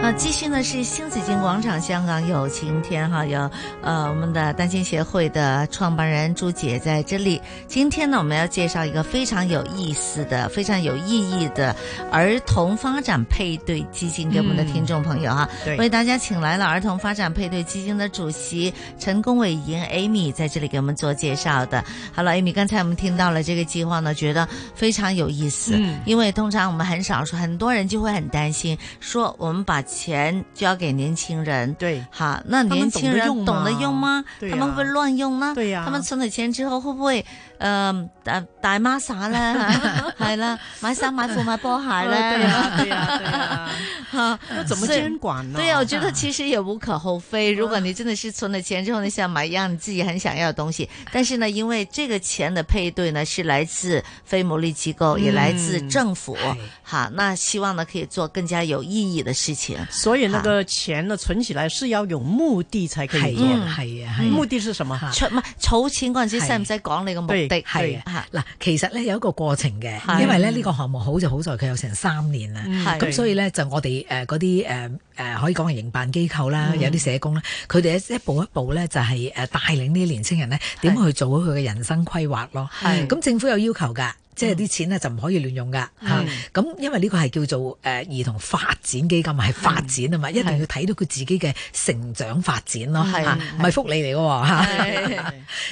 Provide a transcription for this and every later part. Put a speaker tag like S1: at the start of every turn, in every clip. S1: 好，呃继续呢是新紫金广场，香港有晴天哈，有呃我们的单亲协会的创办人朱姐在这里。今天呢，我们要介绍一个非常有意思的、非常有意义的儿童发展配对基金给我们的听众朋友哈，
S2: 对
S1: 为大家请来了儿童发展配对基金的主席陈龚伟莹 Amy 在这里给我们做介绍的。好了，Amy，刚才我们听到了这个计划呢，觉得非常有意思，
S2: 嗯
S1: 因为通常我们很少说，很多人就会很担心，说我们把钱交给年轻人，
S2: 对
S1: 好，那
S2: 他们
S1: 年
S2: 懂
S1: 轻
S2: 得
S1: 人
S2: 用
S1: 懂得
S2: 吗
S1: 用吗？
S2: 对
S1: 他们
S2: 呀
S1: 会不会乱用呢？
S2: 对呀啊
S1: 他们存了钱之後會唔會誒大大孖撒咧？ 係啦，買衫買褲買波鞋
S2: 哎哦对
S1: 咧。
S2: 呀，对呀，对呀，
S1: 哈
S2: 那怎么
S1: 所以
S2: 监管呢？啊
S1: 对呀、我觉得其实也无可厚非。如果你真的是存了钱之后，你想买一样你自己很想要的东西，但是呢，因为这个钱的配对呢是来自非牟利机构，也来自
S2: 嗯
S1: 政府，
S2: 哎
S1: 好，那希望呢可以做更加有意义的事情。
S2: 所以那个钱呢，存起来是要有目的才可以
S3: 係
S2: 做
S1: 嗯
S2: 的。
S3: 啊，係啊，
S2: 目
S3: 係啊。
S2: 的是什么？
S1: 出唔係儲錢嗰陣時，
S3: 係
S1: 使唔使講你個目
S2: 對
S1: 的？
S3: 係
S1: 嚇
S3: 啊，嗱，其實咧有一個過程嘅
S1: 嗯係，
S3: 因為咧呢個項目好就好在佢有成三年啦，
S2: 嗯
S1: 係
S3: 咁所以咧就我哋誒嗰啲誒誒可以講係營辦機構
S1: 嗯
S3: 啦，有啲社工啦，佢哋一步一步咧就係誒帶領呢啲年青人咧點去做好佢嘅人生規劃咯。
S1: 係
S3: 嗯
S1: 嗯
S3: 咁政府有要求㗎。即係啲錢咧就唔可以亂用㗎嚇，咁、因為呢個係叫做誒、呃、兒童發展基金啊，係發展啊嘛，一定要睇到佢自己嘅成長發展咯
S1: 係
S3: 嚇，唔係福利嚟嘅喎嚇。
S1: 係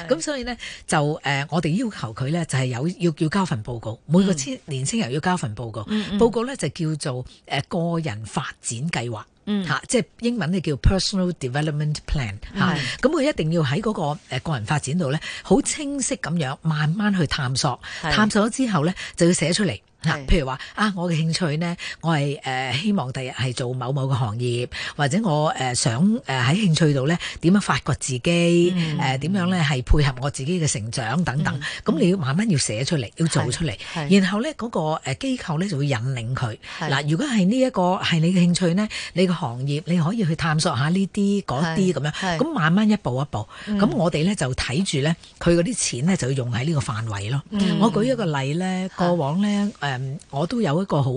S3: 咁所以咧就誒、呃我哋要求佢咧就係、有要要交份報告，每個
S1: 嗯
S3: 青年青人要交份報告，報告咧就叫做誒、呃、個人發展計劃。
S1: 嗯
S3: 嚇即係英文咧叫 personal development plan 嚇
S1: 係，
S3: 咁佢一定要喺嗰個誒個人發展度咧，好清晰咁樣慢慢去探索，
S1: 係
S3: 探索咗之後咧就要寫出嚟。嚇
S1: 係
S3: 譬如話啊，我嘅興趣呢，我係誒、呃希望第日係做某某嘅行業，或者我誒、呃想誒喺、興趣度呢點樣發掘自己，誒
S1: 嗯
S3: 呃點、樣呢係配合我自己嘅成長等等。咁、你要慢慢要寫出嚟，要做出嚟，
S1: 係
S3: 然後呢，嗰、個誒機構呢就會引領佢。
S1: 係
S3: 嗱，如果係呢一個係你嘅興趣呢，你嘅行業你可以去探索下呢啲嗰啲咁樣，
S1: 係
S3: 咁慢慢一步一步。咁、
S1: 嗯
S3: 我哋呢就睇住呢，佢嗰啲錢呢就要用喺呢個範圍咯。
S1: 嗯
S3: 我舉一個例呢，過往呢，誒、我都有一個好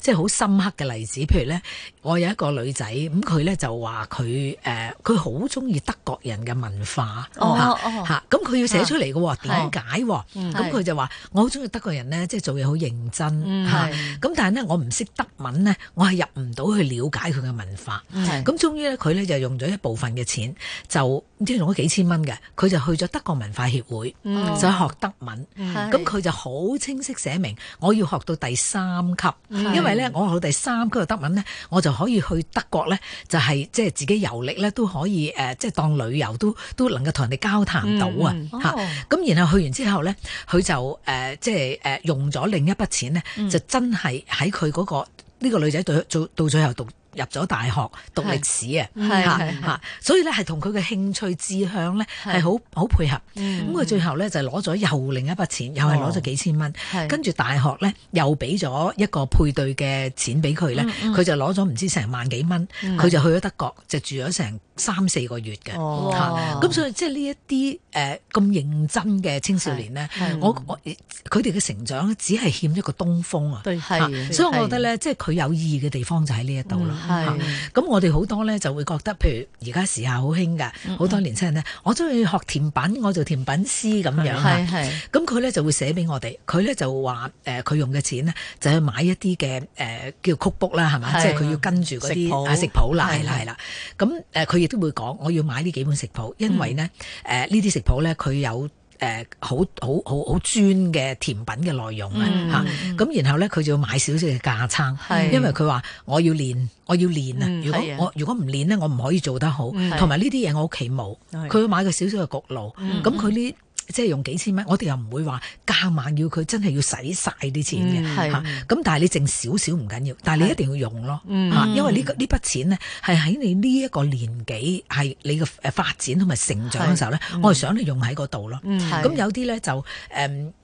S3: 即係好深刻嘅例子，譬如呢，我有一個女仔，咁佢呢就話佢誒佢好中意德國人嘅文化，
S1: 哦
S3: 嚇
S1: 哦嗯
S3: 嚇咁佢要寫出嚟嘅喎，
S1: 係
S3: 點解喎？咁佢就話我好中意德國人呢，即係做嘢好認真嚇。
S1: 嗯係
S3: 咁但係咧，我唔識德文咧，我係入唔到去了解佢嘅文化。
S1: 係
S3: 咁終於咧，佢咧就用咗一部分嘅錢，就即係用咗幾千蚊嘅，佢就去咗德國文化協會，
S1: 嗯
S3: 就學德文。
S1: 係
S3: 咁佢就好清晰寫明，我要學到第三級，
S1: 嗯
S3: 因為咧我學到第三級嘅德文咧，我就可以去德國咧，就係即係自己遊歷咧都可以誒，呃即係當旅遊都都能夠同人哋交談到啊
S2: 嗯
S1: 嗯
S3: 嚇
S1: 哦。
S3: 咁然後去完之後咧，佢就誒、呃即係誒、呃用咗另一筆錢咧，
S1: 嗯
S3: 就真係喺佢嗰個呢、個女仔到到到最後讀。入咗大學讀歷史啊，
S1: 嗯係
S3: 嚇
S1: 係
S3: 嚇所以咧係同佢嘅興趣志向咧
S1: 係嗯
S3: 係好好配合。咁佢最後咧就攞咗又另一筆錢，又係攞咗幾千蚊
S1: 哦係。
S3: 跟住大學咧又俾咗一個配對嘅錢俾佢咧，
S1: 嗯
S3: 佢就攞咗唔知成萬幾蚊，佢就去咗德國，就住咗成三四個月嘅。
S2: 哦
S3: 嚇
S1: 哇
S3: 咁所以即係呢一啲誒咁認真嘅青少年咧
S1: 係係，
S3: 我我佢哋嘅成長只係欠一個東風啊。
S2: 對
S1: 係
S3: 嚇
S1: 係
S3: 所以我覺得咧，即係佢有意義嘅地方就喺呢一度啦。
S1: 嗯
S3: 嚇
S1: 係
S3: 咁我哋好多咧就會覺得，譬如而家時下好興
S1: 嗯
S3: 㗎，好多年青人咧，我中意學甜品，我做甜品師咁樣啊
S1: 係
S3: 嚇
S1: 係
S3: 咁佢咧就會寫俾我哋，佢咧就話誒佢用嘅錢咧就去買一啲嘅誒叫曲 book 啦，係嘛？
S1: 係
S3: 即係佢要跟住嗰
S2: 食譜
S3: 啲啊食譜啦，
S1: 係
S3: 係啦係啦。咁誒佢亦都會講，我要買呢幾本食譜，因為咧誒呢啲食譜咧佢有。誒好好好好專嘅甜品嘅內容啊啦
S2: 嗯
S3: 嚇，咁、然後咧佢就要買少少嘅架撐，
S1: 係
S3: 因為佢話我要練，我要練啊！
S2: 嗯
S3: 如果
S1: 係啊
S3: 我如果唔練咧，我唔可以做得好，
S2: 嗯
S3: 同埋呢啲嘢我屋企冇，
S2: 係
S3: 佢要買個少少嘅焗爐，咁佢呢即係用幾千蚊，我哋又唔會話夾硬要佢真係要使晒啲錢嘅。
S1: 係
S3: 嚇咁但係你剩少少唔緊要，但係你一定要用咯，嚇因為呢個呢筆錢咧係喺你呢一個年紀係你嘅誒發展同埋成長嘅時候咧，我係想你用喺嗰度咯。
S1: 係
S3: 咁有啲咧就誒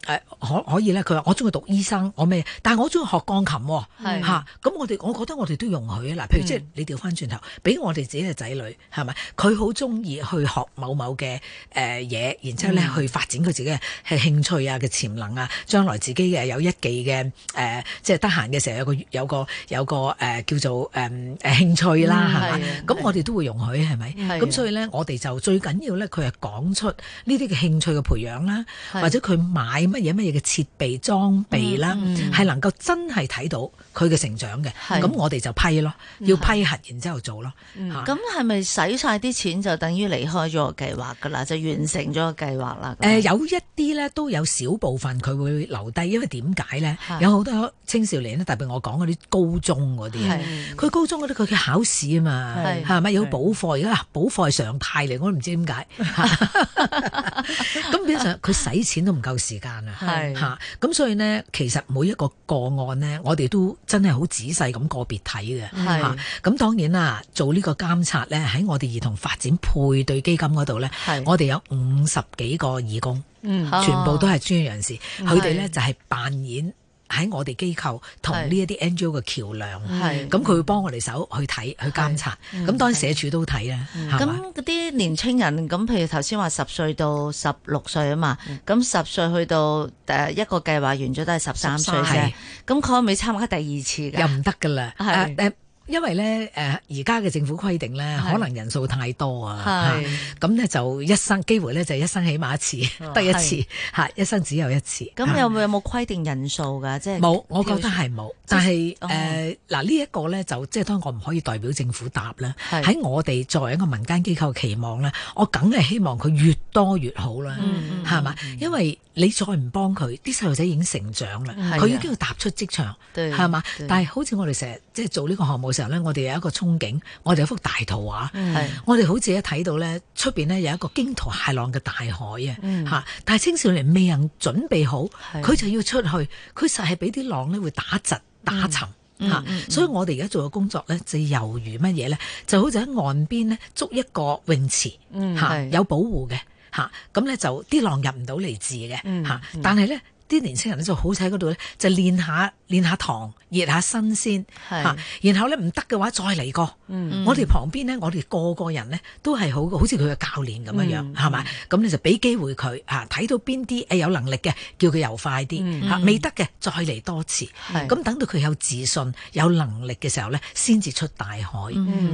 S3: 誒可可以咧，佢話我中意讀醫生，我咩？但係我中意學鋼琴喎、
S1: 係
S3: 嚇咁我哋我覺得我哋都容許啊嗱，譬如即係你調翻轉頭，俾我哋自己嘅仔女係咪？佢好中意去學某某嘅誒嘢，然之後咧
S1: 嗯
S3: 去發展佢自己嘅係興趣啊嘅潛能啊，將來自己嘅有一技嘅誒、呃即係得閒嘅時候有個有個有個誒、呃叫做誒誒、呃、興趣啦，
S1: 嗯係
S3: 係咪
S1: 啊？
S3: 咁我哋都會容許係咪？
S1: 係啊
S3: 咁所以咧，我哋就最緊要咧，佢係講出呢啲嘅興趣嘅培養啦，
S1: 係
S3: 或者佢買乜嘢乜嘢嘅設備裝備啦，係能夠真係睇到佢嘅成長嘅。
S1: 嗯係嗯
S3: 咁我哋就批咯，要批核，然之後做咯。嚇
S1: 咁係咪使晒啲錢就等於離開咗個計劃㗎啦？就完成咗個計劃啦？咁
S3: 誒、有一啲咧都有少部分佢會留低，因為點解咧
S1: 係？
S3: 有好多青少年咧，特別我講嗰啲高中嗰啲啊
S1: 係，
S3: 佢高中嗰啲佢嘅考試啊嘛
S1: 係，
S3: 係咪有補課？而家啊補課係常態嚟，我都唔知點解。 咁變相佢使錢都唔夠時間啊，
S1: 係
S3: 嚇咁所以咧，其實每一個個案咧，我哋都真係好仔細咁個別睇嘅
S1: 係嗯
S3: 嚇咁當然啦，做呢個監察咧，喺我哋兒童發展配對基金嗰度咧
S1: 係，
S3: 我哋有五十幾個義工。
S2: 嗯
S1: 哦
S3: 全部都係專業人士，佢哋
S1: 係
S3: 咧就係扮演喺我哋機構同呢一啲 NGO 嘅橋梁，
S1: 係
S3: 咁佢會幫我哋手去睇去監察，
S1: 嗯
S3: 咁當然社署都睇啦，係嘛？
S1: 咁嗰啲年青人，咁譬如頭先話十歲到十六歲啊嘛，咁十歲去到誒一個計劃完咗都係十三歲啫
S3: 係，
S1: 咁佢可唔可以參加第二次
S3: 又
S1: 㗎？
S3: 唔得噶啦，
S1: 係
S3: 啊誒因為咧誒而家嘅政府規定咧，
S1: 係
S3: 可能人數太多啊，
S1: 係
S3: 嚇咁咧就一生機會咧就一生起碼一次， 得一次嚇，一生只有一次。
S1: 哦咁有冇有冇規定人數㗎？即係
S3: 冇，我覺得係冇。但係
S1: 哦
S3: 誒嗱呢一個咧，就即係當然我唔可以代表政府答啦。
S1: 係
S3: 喺我哋作為一個民間機構嘅期望咧，我梗係希望佢越多越好啦，
S1: 嗯
S3: 係嘛？因為你再唔幫佢，啲細路仔已經成長啦
S1: 係啊，
S3: 佢已經要踏出職場，
S1: 對
S3: 係嘛
S1: 對？
S3: 但係好似我哋成日即係做呢個項目嘅時候咧，我哋有一個憧憬，我哋有一幅大圖畫。
S1: 係
S3: 我哋好似一睇到咧，出邊咧有一個驚濤駭浪嘅大海啊！嚇，但係青少年未能準備好，
S1: 嗯係嗯
S3: 佢就要出去，佢實係俾啲浪咧會打窒打沉。嚇所以我哋而家做嘅工作咧，就猶如乜嘢咧，就好似喺岸邊咧捉一個泳池，嚇
S1: 嗯係
S3: 有保護嘅，嚇咁咧就啲浪入唔到嚟治嘅，嚇但係咧啲年青人咧就好似喺嗰度咧就練下練下糖，熱下身先，
S1: 係
S3: 嚇然後咧唔得嘅話再嚟過。嗯我哋旁邊咧，我哋個個人咧都係好好似佢嘅教練咁樣樣，係咪？咁你就俾機會佢嚇，睇到邊啲哎誒有能力嘅，叫佢游快啲嚇，未得嘅再嚟多次。
S1: 係
S3: 咁等到佢有自信、有能力嘅時候咧，先至出大海。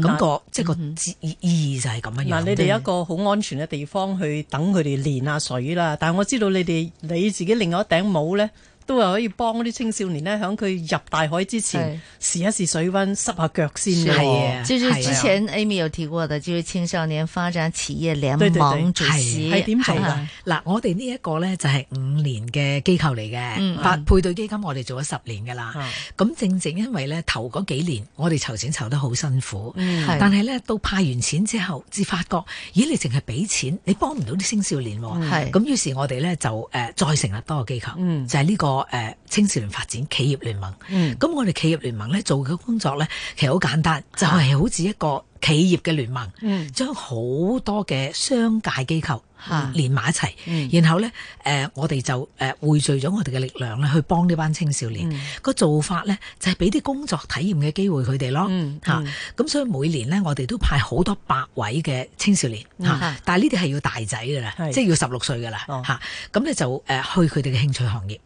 S3: 咁個即係個意意義就係咁樣樣。
S2: 嗱，你哋有一個好安全嘅地方去等佢哋練下水啦。但係我知道你哋你自己另外一頂帽呢，都係可以幫啲青少年呢，喺佢入大海之前試一試水温，濕下腳先嘅喎。
S3: 係啊
S1: 就是之
S3: 係啊
S1: 前 Amy 有提過的，就是青少年發展企業聯
S2: 對對對
S1: 盟主席
S3: 係
S2: 係點做㗎
S1: 啊
S3: 嗱，我哋呢一個咧就係五年嘅機構嚟嘅，八配對基金我哋做咗十年噶啦。咁正正因為咧頭嗰幾年我哋籌錢籌得好辛苦，
S1: 係
S3: 但係咧到派完錢之後，至發覺，咦你淨係俾錢，你幫唔到啲青少年
S1: 係
S3: 喎。咁於是我哋咧就誒、呃再成立多個機構，就係呢、個誒、呃青少年發展企業聯盟。咁我哋企業聯盟咧做嘅工作咧，其實好簡單，就係、好似一個企業嘅聯盟，將好多嘅商界機構
S1: 嚇
S3: 連埋一齊，然後咧誒、呃我哋就誒匯聚咗我哋嘅力量咧，去幫呢班青少年。個做法咧就係俾啲工作體驗嘅機會佢哋咯
S2: 嗯
S3: 嚇。咁所以每年咧，我哋都派好多百位嘅青少年
S1: 嗯
S3: 嚇，但係呢啲係要大仔㗎啦
S2: 係，
S3: 即係要十六歲㗎啦
S2: 哦嗯
S3: 嚇。咁咧就誒去佢哋嘅興趣行業，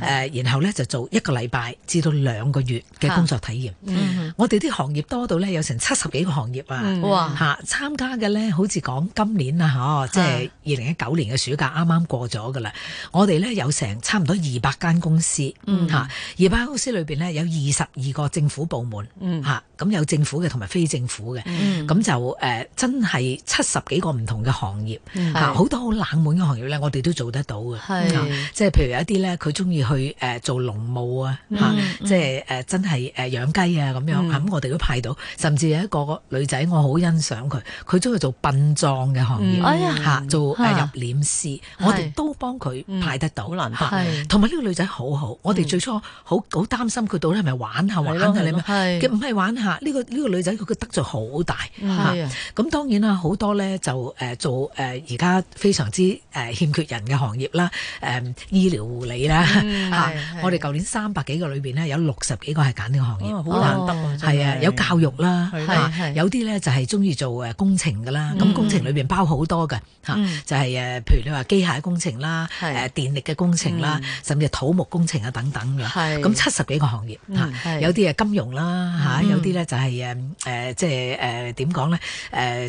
S3: 誒然後咧就做一個禮拜至到兩個月嘅工作體驗。
S2: 嗯
S3: 我哋啲行業多到咧有成七十幾個行業啊！
S1: 哇
S3: 嚇參加嘅咧，好似講今年啊，嗬，即係二零一九年嘅暑假啱啱過咗㗎啦。我哋咧有成差唔多二百間公司，嚇二百間公司裏邊咧有二十二個政府部門，嚇咁有政府嘅同埋非政府嘅，
S1: 嗯
S3: 咁就誒真係七十幾個唔同嘅行業，嚇好多好冷門嘅行業咧，我哋都做得到嘅，
S1: 係
S3: 嚇啊
S2: 嗯
S3: 即係譬如有一啲咧，佢中意去誒做農務
S2: 嗯
S3: 呃啊，嚇即係誒真係誒養雞啊咁樣，咁我哋都派到，甚至有一個女仔。仔，我好欣賞佢，佢都去做殯葬嘅行業，
S2: 嗯嗯
S1: 哎呀
S3: 嚇做誒
S1: 嚇
S3: 入殮師，我哋都幫佢派得到，
S2: 好難得嗯
S3: 嚇
S1: 係
S3: 同埋呢個女仔好好，我哋最初好好擔心佢到底係咪玩下玩下
S2: 係咯
S3: 你咪，
S1: 係
S3: 佢唔係玩下，呢個呢個女仔佢嘅得罪好大嚇
S2: 嗯
S1: 係啊，
S3: 咁當然啦，好多咧就誒、呃做誒而家非常之誒、呃欠缺人嘅行業啦，誒、醫療護理啦嚇、
S2: 嗯
S1: 係係
S3: 我哋舊年三百幾個裏邊咧，有六十幾個係揀呢個行業。
S2: 啊好難得啊，真
S3: 係啊，有教育啦，
S2: 係
S1: 啦
S3: 嚇
S1: 哦係係
S3: 有啲咧就係中意做誒工程噶啦，咁
S1: 嗯
S3: 工程裏邊包好多嘅嚇
S1: 嗯，
S3: 就係誒譬如你話機械工程啦，
S1: 係嗯
S3: 誒電力嘅工程啦，甚至係土木工程啊等等嘅，
S1: 係嗯
S3: 咁七十幾個行業
S1: 係
S3: 嚇，有啲係金融
S1: 嗯
S3: 啦嚇，有啲咧就係誒誒即係誒點講咧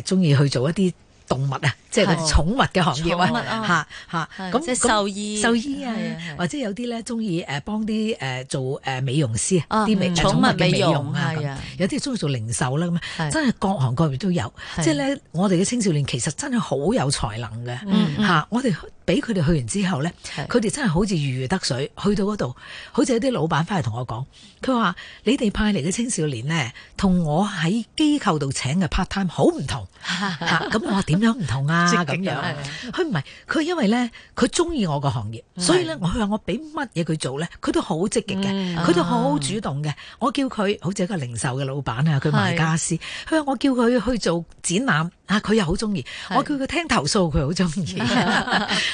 S3: 誒中意去做一啲動物啊，即係嗰
S1: 係
S3: 啲寵物嘅行業
S1: 哦寵物啊
S3: 啊嚇嚇，
S1: 係
S3: 咁
S1: 即係
S3: 咁
S1: 獸醫
S3: 獸醫啊
S1: 係啊係，
S3: 或者有啲咧中意誒幫啲誒做誒美容師
S1: 啊
S3: 啲美呃
S1: 嗯
S3: 寵
S1: 寵物
S3: 物嘅
S1: 美
S3: 美
S1: 容
S3: 容啊，
S1: 係
S3: 咁
S1: 啊
S3: 有啲中意做零售啦咁
S1: 係
S3: 啊，真係各行各業都有。
S1: 係
S3: 即係咧，我哋嘅青少年其實真係好有才能嘅嚇、
S1: 嗯嗯
S3: 我哋俾佢哋去完之後咧，
S1: 係
S3: 佢哋真係好似如魚得水，去到嗰度，好似有啲老闆翻嚟同我講，佢話：你哋派嚟嘅青少年咧，同我喺機構度請嘅 part time 好唔 同嚇。咁、我話點樣唔同啊？
S2: 積
S3: 咁
S2: 極
S3: 樣
S2: 啊係啊
S3: 佢唔係佢因為咧，佢中意我個行業，
S1: 嗯
S3: 所以咧，我佢話我俾乜嘢佢做咧，佢都好積極嘅，
S2: 嗯
S3: 佢都好主動嘅。我叫佢好似一個零售嘅老闆啊，佢賣家私，佢話我叫佢去做展覽啊，佢又好中意。
S1: 係
S3: 我叫佢聽投訴，佢好中 意。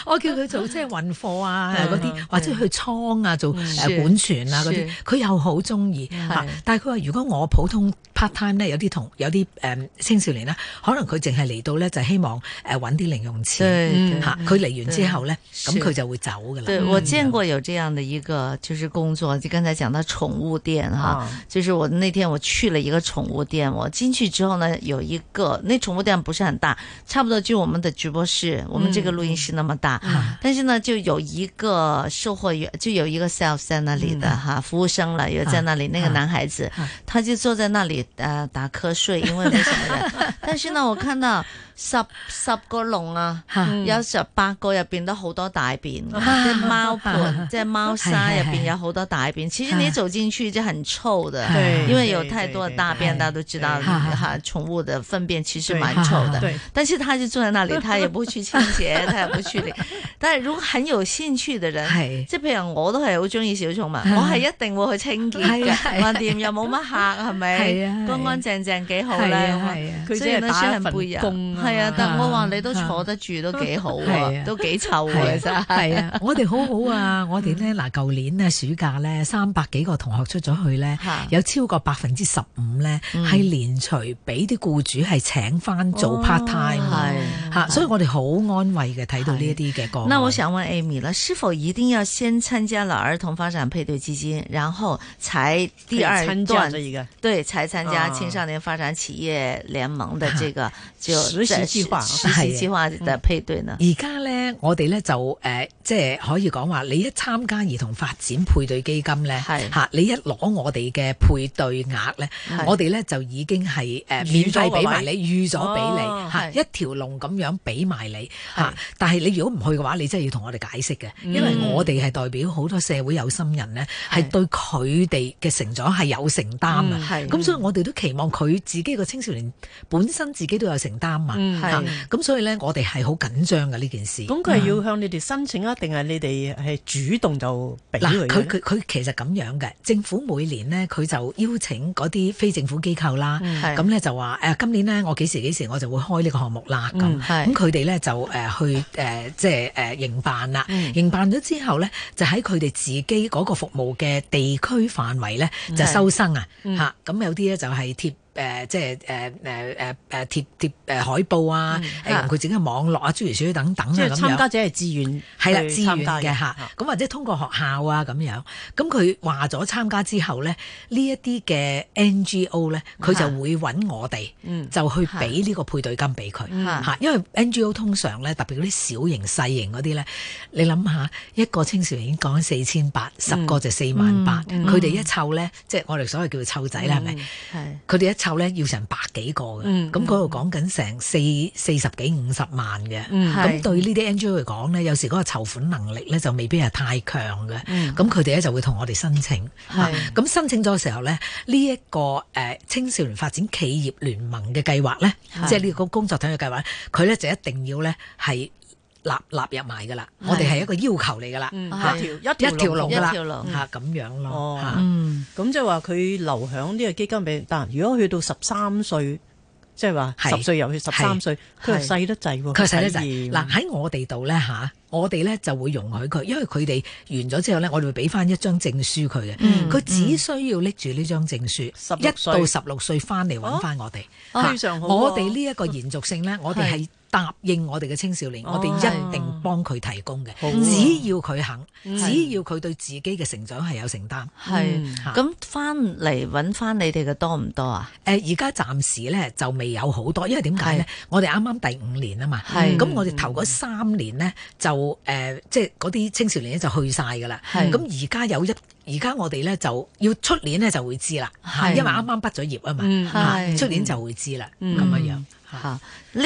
S3: 我叫佢做即係運貨啊
S1: 嗯
S3: 嗰啲，或者去倉啊做
S1: 是
S3: 誒管船啊嗰啲
S1: 是，
S3: 佢又好中意
S1: 嗯
S3: 嚇
S1: 係
S3: 但係佢話如果我普通 part time 咧，有啲同有啲誒、嗯青少年咧，可能佢淨係嚟到咧就希望誒揾啲零用錢。
S1: 對嗯
S3: 吓，佢嚟完之後咧，
S1: 是
S3: 咁佢就會走噶啦。
S1: 对，我见过有这样的一个就是工作，就刚才讲到宠物店哈，就是我那天我去了一个宠物店，我进去之后呢，有一个那宠物店不是很大，差不多就我们的直播室，我们这个录音室那么大，但是呢，就有一个售货员，就有一个 sales 在那里的哈，服务生了，有在那里，那个男孩子，他就坐在那里呃打瞌睡，因为没什么人，但是呢，我看到十十个笼啊。
S3: 吓
S1: 有十八個入邊都好多大便，即係貓盆，即係貓砂入邊有好多大便。其實你走進去就很臭的，
S3: 啊
S2: 對
S1: 因為有太多的大便，
S2: 對對
S1: 大家都知道
S2: 對
S1: 哈，寵物的糞便其實
S2: 對
S1: 蠻臭 的。
S2: 對
S1: 但是他就坐在那里，他也不去清潔，他也不去理。但係如果很有興趣嘅人，
S3: 係
S1: 即係譬如我都係好中意小寵物，我係一定會去清潔
S3: 係
S1: 嘅
S3: 啊，係啊
S1: 橫掂又冇乜客，係咪？
S3: 係啊係啊
S1: 乾乾淨淨幾好
S3: 係
S1: 咧。
S3: 啊係啊
S2: 佢
S1: 所以
S2: 真係
S1: 呢，雖
S2: 打
S1: 然
S2: 一
S1: 背
S2: 份工
S1: 係啊，但我話你都
S3: 啊
S1: 坐得住都幾好
S3: 係
S1: 啊，嗯
S3: 啊
S1: 都幾臭嘅
S3: 係
S1: 咋
S3: 啊，。係啊，我哋好 好啊！我哋咧嗱，舊年咧暑假咧，三百幾個同學出咗去咧
S1: 嚇，嗯
S3: 有超過百分之十五咧係連隨俾啲僱主係請翻做 part time
S1: 哦係
S3: 嘅嚇，所以我哋好安慰嘅睇到呢一啲嘅個案。
S1: 那我想問 Amy 了，是否一定要先參加了兒童發展配對基金，然後才第二
S2: 參加
S1: 段
S2: 咗而家
S1: 对，才参加
S2: 啊
S1: 青少年发展企业联盟的这 个就
S2: 实习
S1: 在
S2: 计划
S1: 实
S3: 是
S1: 习计划
S3: 嗯
S1: 的配对呢？
S3: 而家咧，我哋咧就誒、呃即係可以講話，你一參加兒童發展配對基金咧，
S1: 係
S3: 嚇你一攞我哋嘅配對額咧
S1: 係，
S3: 我哋咧就已經係誒、呃
S2: 預
S3: 免
S2: 咗
S3: 費
S2: 個
S3: 俾埋你，
S2: 位
S3: 預咗俾
S2: 哦
S3: 你嚇、
S1: 係
S3: 一條龍咁樣俾埋你
S1: 係
S3: 嚇、但係你如果唔去嘅話，你真係要同我哋解釋嘅，因為我哋係代表好多社會有心人咧，
S1: 係
S3: 係對佢哋嘅成長係有承擔啊。
S2: 嗯
S1: 係
S3: 咁、所以我哋都期望佢自己個青少年本身自己都有承擔嘛。
S2: 嗯
S3: 嚇
S1: 係
S3: 咁所以咧，我哋係好緊張嘅呢件事。嗯
S2: 咁佢係要向你哋申請啊，定係你哋係主動就俾佢嘅
S3: 嗱，佢
S2: 呢
S3: 佢佢其實咁樣嘅，政府每年咧佢就邀請嗰啲非政府機構啦，
S2: 嗯
S1: 係
S3: 嗯咁咧就話誒今年咧我幾時幾時我就會開呢個項目啦
S2: 嗯
S3: 咁，
S1: 係
S3: 咁佢哋咧就誒去誒即係誒營辦啦，
S1: 嗯
S3: 營辦咗之後咧就喺佢哋自己嗰個服務嘅地區範圍咧就
S1: 嗯係嗯
S3: 收生啊嚇，咁有啲咧就係貼。誒、即係誒誒誒誒貼呃貼誒、海報啊，誒
S1: 嚇
S3: 用佢自己嘅網絡啊，諸如此類等等啊
S2: 即係
S3: 咁
S2: 參
S3: 樣
S2: 加者係自願
S3: 係啦，
S2: 去
S3: 志
S2: 參
S3: 願
S2: 加啊
S3: 嘅嚇，咁或者通過學校啊咁樣，咁佢話咗參加之後咧，呢一啲嘅 NGO 咧，佢就會揾我哋，
S2: 嗯
S3: 就去俾呢個配對金俾佢
S1: 嚇
S3: 嚇，因為 NGO 通常咧，特別嗰啲小型細型嗰啲咧，你諗下一個青少年已經講四千八，
S2: 嗯
S3: 十個就四萬八，佢哋一湊咧，即係我哋所謂叫做湊仔啦，係咪？
S1: 係
S3: 佢哋一湊咧要成百幾個嘅，
S2: 嗯
S3: 咁嗰度講緊成四四十幾五十萬嘅。
S2: 嗯
S1: 係
S3: 咁對呢啲 NGO 嚟講咧，有時嗰個籌款能力咧就未必係太強嘅，
S1: 嗯
S3: 咁佢哋咧就會同我哋申請。啊咁申請咗嘅時候咧，呢、一個誒、呃青少年發展企業聯盟嘅計劃咧
S1: 係，
S3: 即係呢個工作體嘅計劃呢，佢咧就一定要咧係納納入埋噶啦，
S1: 係
S3: 我哋係一個要求嚟噶啦，
S2: 嗯
S1: 嚇
S2: 一條
S3: 一條龍
S2: 龍
S1: 㗎啦
S3: 噶啦，
S1: 一條龍
S3: 嚇咁樣
S2: 哦
S3: 咯，嚇
S1: 嗯，
S2: 咁即係話佢留響呢個基金俾人，但如果去到十三歲，即係話
S3: 係
S2: 十歲入去十三歲，佢又細得滯喎，
S3: 佢使得
S2: 體驗
S3: 滯。嗱，喺我哋度咧吓，我哋咧就會容許佢，因為佢哋完咗之後咧，我哋會俾翻一張證書佢嘅。
S1: 嗯
S3: 佢只需要拎住呢張證書，
S2: 16
S3: 一
S2: 歲
S3: 到十六歲翻嚟揾翻我哋。
S2: 哦
S1: 啊
S3: 嚇
S2: 非常好喎
S3: 我哋呢一個延續性咧，我哋
S1: 係
S3: 係答應我哋嘅青少年，
S2: 哦
S3: 我哋一定幫佢提供嘅
S2: 好啊。
S3: 只要佢肯，
S2: 嗯
S3: 只要佢對自己嘅成長係有承擔。
S1: 係。
S3: 嗯嚇
S1: 咁翻嚟揾翻你哋嘅多唔多啊？
S3: 呃誒而家暫時咧就未有好多，因為點解咧？我哋啱啱第五年啊嘛，
S1: 係
S3: 咁我哋頭嗰三年咧就誒、呃即係嗰啲青少年咧就去晒㗎啦。
S1: 係
S3: 咁而家有一，而家我哋咧就要出年咧就會知啦，嚇
S1: 係
S3: 因為啱啱畢咗業啊
S2: 嗯
S3: 嘛，
S1: 係
S3: 嚇出年就會知啦，
S2: 嗯
S3: 咁樣樣。
S1: 吓，呢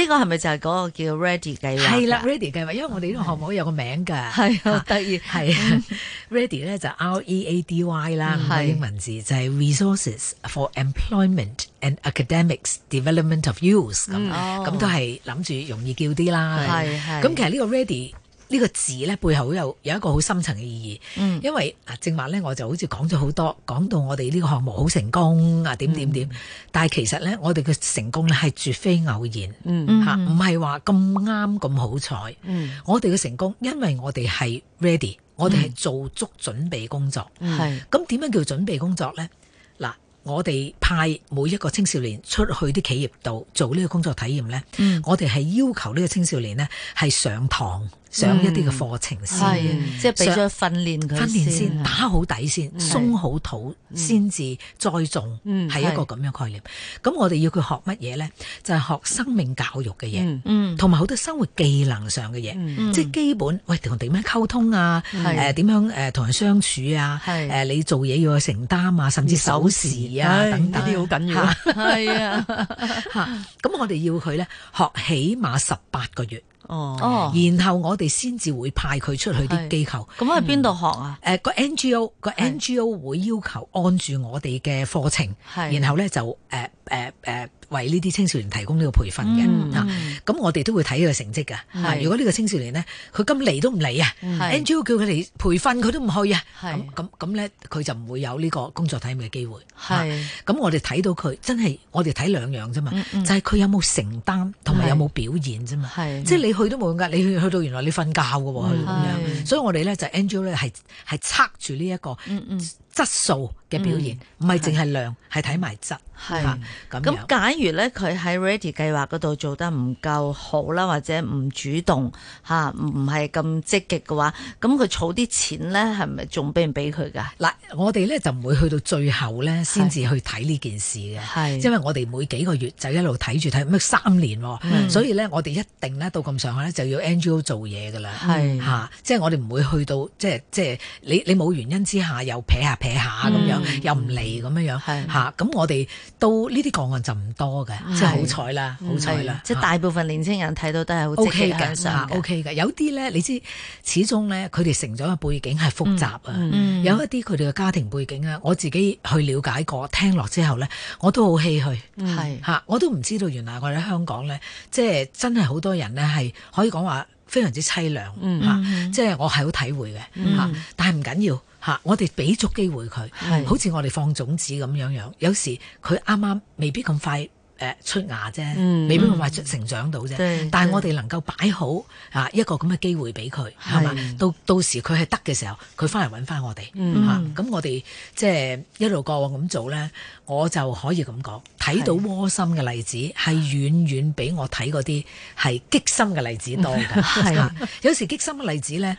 S1: 個係咪就係嗰個叫 Ready 計劃㗎？
S3: 啊係啦，ready 計劃，因為我哋呢個項目有個名㗎，
S1: 係啊好
S3: 嚇
S1: 得意。
S3: 係啊 ready 咧就 R E A D Y 啦，
S1: 嗯
S3: 個
S1: 係
S3: 英文字就係 resources for employment and academics development of youth 咁，啊
S1: 哦
S3: 嗯咁都係諗住容易叫啲啦。
S1: 係係
S3: 咁其實呢個 ready 呢個字咧背後有有一個好深層嘅意
S1: 嗯
S3: 義，因為啊正話咧我就好似講咗好多，講到我哋呢個項目好成功啊點點
S1: 嗯
S3: 點，但係其實咧我哋嘅成功咧係絕非偶然。
S2: 嗯
S1: 嗯
S3: 吓，唔係話咁啱咁好彩。
S2: 嗯
S3: 我哋嘅成功，因為我哋係 ready，我
S1: 嗯
S3: 哋係做足準備工作。
S1: 係
S3: 咁點樣叫準備工作呢？嗱，我哋派每一個青少年出去啲企業度做呢個工作體驗呢，
S1: 嗯
S3: 我哋係要求呢個青少年呢係上堂上一啲嘅課程先。
S1: 係，即係俾咗訓練佢
S3: 嗯
S1: 啊
S3: 訓練先，打
S1: 係嗯
S3: 好底先，鬆好土先至栽種，
S2: 嗯
S3: 係一個咁樣概念。咁我哋要佢學乜嘢呢？就係學生命教育嘅嘢。
S2: 嗯
S1: 嗯
S3: 同埋好多生活技能上嘅嘢，
S2: 嗯
S3: 即係基本，喂，同人點樣溝通啊？
S1: 嗯係
S3: 誒點樣誒同人相處啊？
S1: 係
S3: 誒你做嘢要有承擔啊，甚至守時啊
S2: 唉
S3: 等
S2: 呢啲好
S3: 等。
S2: 緊要啊，
S1: 係 啊，
S3: 嚇咁我哋要佢咧學起碼十八個月，
S2: 哦，
S1: 哦，
S3: 然後我哋先至會派佢出去
S1: 係
S3: 啲機構。
S1: 咁喺邊度學啊？
S3: 誒個 NGO 個 NGO 會要求按住我哋嘅課程，
S1: 係
S3: 然後咧就誒誒誒為呢啲青少年提供呢個培訓嘅
S1: 嗯
S3: 啊
S1: 嗯
S3: 咁我哋都會睇佢嘅成績㗎。啊
S1: 係嗯
S3: 如果呢個青少年咧，佢咁嚟都唔嚟啊
S1: 係
S3: ，NGO 叫佢嚟培訓佢都唔去啊，
S1: 係
S3: 咁咁咁咧佢就唔會有呢個工作體驗嘅機會。啊
S1: 係
S3: 咁我哋睇到佢真係我哋睇兩樣啫嘛
S1: 嗯，嗯
S3: 就係佢有冇承擔同埋有冇表現啫嘛。
S1: 係，
S3: 即係你去都冇用㗎，你去去到原來你瞓覺㗎喎
S2: 嗯
S3: 咁樣，
S1: 係
S3: 所以我哋咧就 NGO 咧係係測住呢一個
S1: 嗯嗯
S3: 質素嘅表現，唔係淨係量，係睇埋質
S1: 係
S3: 嚇咁樣
S1: 咁。假如咧佢喺 Ready 計劃嗰度做得唔夠好啦，或者唔主動吓，唔唔係咁積極嘅話，咁佢儲啲錢咧係咪仲俾唔俾佢㗎？
S3: 嗱，我哋咧就唔會去到最後咧先至去睇呢件事嘅，
S1: 係
S3: 因為我哋每幾個月就一路睇住睇，咩三年喎，
S1: 嗯
S3: 所以咧我哋一定咧到咁上下咧就要 NGO 做嘢噶啦，
S1: 係
S3: 嚇即係我哋唔會去到即係即係你你冇原因之下又撇下撇下咁樣，又唔嚟咁樣樣
S1: 嗯係
S3: 嚇，咁我哋到呢啲個案就唔多嘅，即係好彩啦，好彩啦，
S1: 嗯即係
S3: 嚇
S1: 大部分年青人睇到都係好
S3: O
S1: 積
S3: K
S1: 極
S3: 嘅啊
S1: 向上嘅
S3: o K 嘅。有啲咧，你知始終咧，佢哋成長嘅背景係複雜啊。
S1: 嗯
S3: 有一啲佢哋嘅家庭背景啊，我自己去了解過，聽落之後咧，我都好唏噓
S2: 嗯
S1: 係
S3: 嚇，我都唔知道原來我哋香港咧，即係真係好多人咧係可以講話非常之凄涼
S2: 嗯
S3: 嚇，啊即係我係好體會嘅嚇，但係唔緊要嚇，我哋俾足機會佢
S1: 係，
S2: 嗯
S3: 好似我哋放種子咁樣樣，有時佢啱啱未必咁快。誒出芽啫，
S2: 嗯
S3: 未必咁快成長到啫
S1: 對。
S3: 但係
S1: 對
S3: 我哋能夠擺好啊一個咁嘅機會俾佢，係嘛
S1: 嗯係？
S3: 到到時佢係得嘅時候，佢翻嚟揾翻我哋
S2: 嗯
S3: 嚇。咁我哋即係一路過往咁做咧，我就可以咁講，睇到窩心嘅例子係遠遠比我睇嗰啲係激心嘅例子多㗎。
S1: 係
S3: 嚇有時激心嘅例子咧，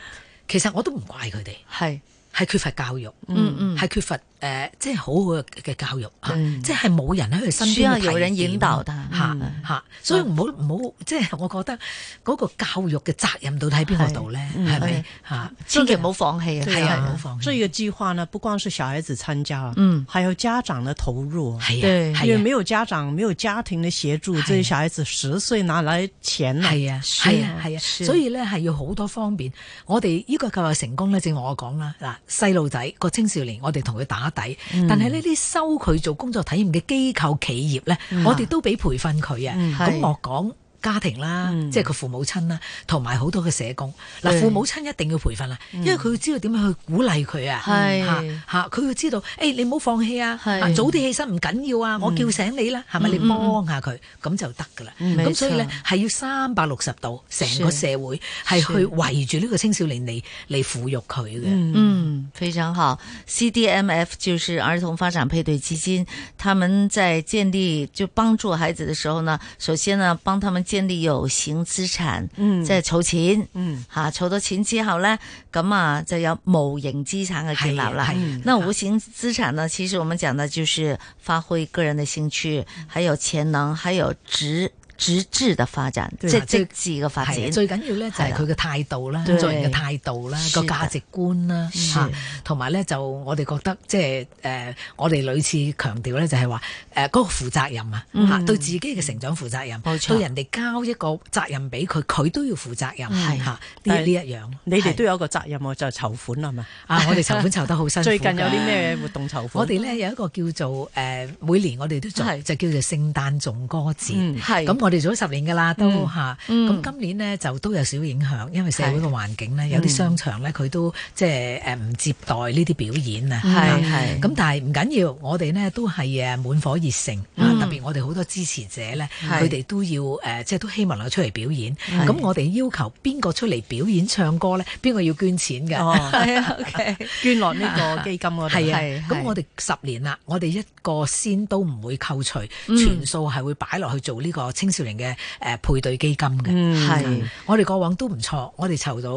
S3: 其實我都唔怪佢哋，
S1: 係
S3: 係缺乏教育，
S1: 嗯嗯
S3: 係缺乏誒即係好好嘅嘅教育嚇
S1: 嗯
S3: 即係冇人喺佢身
S1: 需要
S3: 邊
S1: 有人
S3: 提點
S1: 引導他
S3: 嚇
S1: 嗯
S3: 嚇，所以唔好唔好，即係我覺得嗰個教育嘅責任到底喺邊個度咧？
S1: 嗯
S3: 係咪嚇？
S1: 千祈唔好放棄啊！
S3: 對
S2: 对
S3: 啊
S1: 係
S3: 冇
S2: 啊
S3: 放，棄
S2: 这个计划呢，不光是小孩子参加啊，
S1: 嗯
S2: 还有家长的投入啊。
S3: 係
S1: 對
S3: 啊，
S2: 因为
S3: 係啊。
S2: 没有家长、没有家庭的协助，
S3: 是
S2: 这些小孩子十岁哪来钱呢？
S3: 係啊，
S1: 是
S3: 係啊，係啊，
S1: 是
S3: 所以咧係要好多方面。我哋呢個教育成功咧，正如我講啦，嗱，細路仔個青少年，我哋同佢打底，
S1: 嗯
S3: 但係呢啲收佢做工作體驗嘅機構企業咧，我哋都俾培訓佢啊。咁
S1: 嗯係嗯
S3: 莫講家庭啦，即係佢父母親啦，同埋好多嘅社工。嗱，
S1: 對
S3: 父母親一定要培訓啦，因為佢要知道點樣去鼓勵佢啊，
S1: 嗯係
S3: 嚇嚇，佢要知道，誒你唔好放棄啊，
S1: 係
S3: 啊早啲起身唔緊要啊，我叫醒你啦，係咪？你幫下佢咁就得㗎啦。
S1: 嗯
S3: 咁所以咧
S1: 沒錯
S3: 係要三百六十度，成個社會係去圍住呢個青少年嚟嚟撫育佢嘅。
S1: 嗯，非常好。CDMF 就是儿童发展配对基金，他们在建立就帮助孩子的时候呢，首先呢帮他们建立有形资产，
S2: 嗯
S1: 即系储钱，
S2: 嗯，
S1: 吓储到钱之后呢，咁啊就有无形资产嘅建立啦嗯
S3: 係啊係。
S1: 那无形资产呢，其实我们讲的就是发挥个人的兴趣，还有潜能，还有职职质的发展，
S2: 對
S1: 即
S3: 啊
S1: 职志嘅发展
S3: 係。最緊要咧就係佢嘅態度啦，
S1: 係啦
S3: 做人嘅態度啦，
S1: 是
S3: 個
S1: 的
S3: 價值觀啦
S1: 是
S3: 嚇同埋咧就我哋覺得即係誒，我哋屢次強調咧就係話誒嗰個負責任啊嚇，對自己嘅成長負責任，
S1: 嗯冇錯
S3: 對人哋交一個責任俾佢，佢都要負責任
S1: 嗯係
S3: 嚇。呢
S2: 但係
S3: 呢一樣，
S2: 你哋
S3: 係
S2: 都有一個責任喎，就係籌款啦係嘛。
S3: 啊，我哋籌 款籌得好辛苦
S2: 最
S3: 㗎。
S2: 近有啲咩活動籌款？
S3: 我哋咧有一個叫做誒、呃每年我哋都做，
S1: 係
S3: 就叫做聖誕頌歌節。
S2: 嗯
S1: 係
S3: 咁我哋做咗十年噶啦，都嚇。
S1: 嗯
S3: 咁今年呢，就都有少影響，因為社會嘅環境呢，有啲商場呢，佢都即係誒唔接待呢啲表演啊。
S1: 嗯係
S3: 嚇
S1: 係
S3: 咁但係唔緊要，我哋呢都係誒滿火熱誠啊！
S1: 嗯
S3: 特別我哋好多支持者呢，
S1: 係
S3: 佢哋都要誒，即係都希望我出嚟表演。
S1: 係
S3: 咁我哋要求邊個出嚟表演唱歌呢？邊個要捐錢 嘅？
S2: 哦
S1: 系啊，OK，
S2: 捐落呢個基金嗰度。
S3: 係
S1: 係
S3: 啊，
S1: 係
S3: 咁我哋十年啦，我哋一個先都唔會扣除，
S1: 嗯
S3: 全數係會擺落去做呢個青少年嘅誒配對基金嘅。
S2: 嗯，
S1: 係。
S3: 我哋過往都唔錯，我哋籌到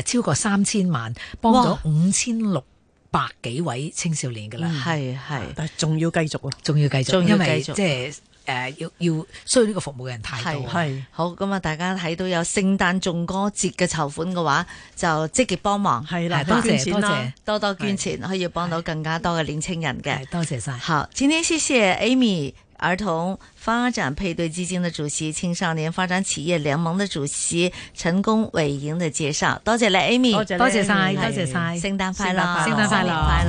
S3: 誒超過三千萬，幫
S1: 哇
S3: 咗五千六百幾位青少年㗎啦，
S1: 系系。
S2: 但係仲要繼續啊。
S3: 仲要繼續，
S1: 嗯仲要
S3: 因
S1: 繼
S3: 為
S1: 續
S3: 即係誒要要需要呢個服務嘅人太多
S1: 係
S3: 啊。
S2: 係
S1: 好咁啊！大家睇到有聖誕眾歌節嘅籌款嘅話，就積極幫忙，
S2: 係啦，
S3: 係多謝
S2: 捐錢啦
S3: 多謝
S1: 多多捐錢，可以幫到更加多嘅年青人嘅
S3: 係。多謝晒。
S1: 好，今天謝謝 Amy 兒童發展配對基金的主席、青少年發展企業聯盟的主席陳公偉瑩的介紹，多謝你 Amy，
S2: 多謝你
S3: 多謝晒
S2: Amy
S3: 多謝晒
S1: 聖誕快樂，
S3: 聖誕快樂
S1: 新年快樂